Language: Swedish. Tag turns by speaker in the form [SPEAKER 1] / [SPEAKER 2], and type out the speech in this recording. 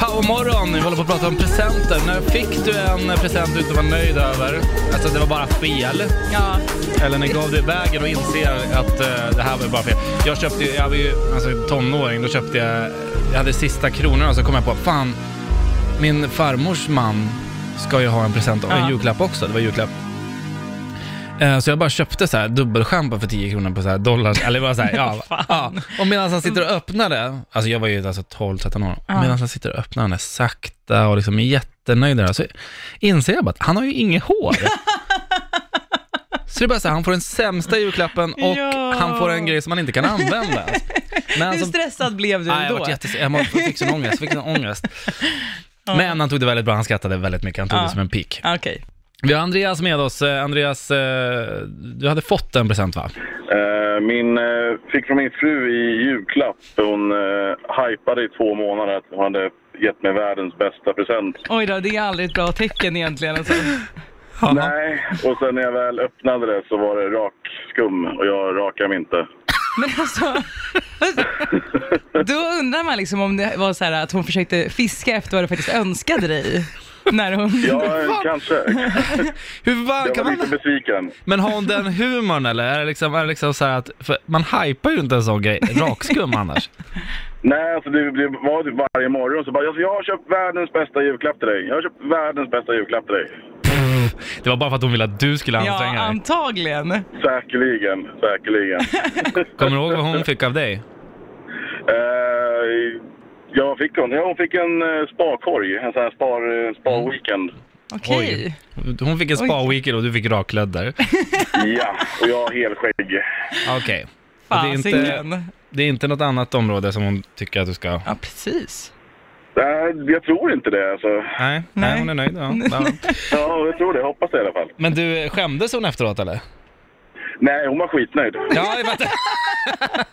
[SPEAKER 1] god morgon. Vi håller på att prata om presenter. När fick du en present du inte var nöjd över? Alltså det var bara fel.
[SPEAKER 2] Ja.
[SPEAKER 1] Eller när gav du iväg och inser att eh, det här var bara fel. Jag köpte ju- jag var ju alltså, tonåring, då köpte jag, jag hade sista kronorna och så kom jag på, fan, min farmors man ska ju ha en present och en
[SPEAKER 2] Ja.
[SPEAKER 1] julklapp också, det var julklapp. Eh, Så jag bara köpte så här dubbelschampo för 10 kronor på så här dollar, eller bara så här, ja, ja. Och medan han sitter och öppnar det, alltså jag var ju alltså 12-13 år,
[SPEAKER 2] Ja.
[SPEAKER 1] medan han sitter och öppnar den där sakta och liksom är jättenöjd där, så inser jag bara att han har ju inget hår. Så det är bara så här, han får den sämsta julklappen och
[SPEAKER 2] Ja.
[SPEAKER 1] han får en grej som han inte kan använda. ens. Men
[SPEAKER 2] Hur
[SPEAKER 1] alltså,
[SPEAKER 2] stressad blev du
[SPEAKER 1] nej, jag,
[SPEAKER 2] då?
[SPEAKER 1] vart jättes- jag mådde- fick sån ångest, fick sån ångest. Men han tog det väldigt bra, han skrattade väldigt mycket, han tog
[SPEAKER 2] Ja.
[SPEAKER 1] det som en pik.
[SPEAKER 2] Ja, Okej.
[SPEAKER 1] Vi har Andreas med oss. Eh, Andreas, eh, du hade fått en present va?
[SPEAKER 3] Eh, Min, eh, fick från min fru i julklapp. Hon eh, hypade i två månader att hon hade gett mig världens bästa present.
[SPEAKER 2] Oj då, det är aldrig ett bra tecken egentligen. Alltså.
[SPEAKER 3] Nej, och sen när jag väl öppnade det så var det rakskum och jag rakar mig inte.
[SPEAKER 2] Men alltså, då undrar man liksom om det var så här att hon försökte fiska efter vad du faktiskt önskade dig. När hon...
[SPEAKER 3] Ja, kanske.
[SPEAKER 1] Hur fan
[SPEAKER 3] Jag
[SPEAKER 1] kan
[SPEAKER 3] var
[SPEAKER 1] man...
[SPEAKER 3] lite besviken.
[SPEAKER 1] Men har hon den humorn eller? Är det liksom, är det liksom så här att, för man hypar ju inte en sån grej, rakskum annars.
[SPEAKER 3] Nej, alltså det, det var typ varje morgon så bara "Alltså, jag har köpt världens bästa julklapp till dig. Jag har köpt världens bästa julklapp till dig.
[SPEAKER 1] Det var bara för att hon ville att du skulle
[SPEAKER 2] Ja, um,
[SPEAKER 1] anstränga dig.
[SPEAKER 2] antagligen.
[SPEAKER 3] Säkerligen, säkerligen.
[SPEAKER 1] Kommer du ihåg vad hon fick av dig?
[SPEAKER 3] Eh, jag fick hon. Ja, hon fick en eh, sparkorg, en sån här spar, eh, sparweekend.
[SPEAKER 2] Okej.
[SPEAKER 1] Oj. Hon fick en
[SPEAKER 2] Oj.
[SPEAKER 1] spa-weekend och du fick raklödder.
[SPEAKER 3] Ja, och jag har helskägg.
[SPEAKER 1] Okej. Och Det, är inte-
[SPEAKER 2] Fasiken.
[SPEAKER 1] det är inte något annat område som hon tycker att du ska...
[SPEAKER 2] Ja, precis.
[SPEAKER 3] Nej, jag tror inte det alltså.
[SPEAKER 1] Nej, nej.
[SPEAKER 2] Nej.
[SPEAKER 1] hon är nöjd. Ja. Ja.
[SPEAKER 3] Ja, jag tror det. Jag hoppas det i alla fall.
[SPEAKER 1] Men du, skämdes hon efteråt eller?
[SPEAKER 3] Nej, hon var skitnöjd.
[SPEAKER 1] Ja, jag fattar.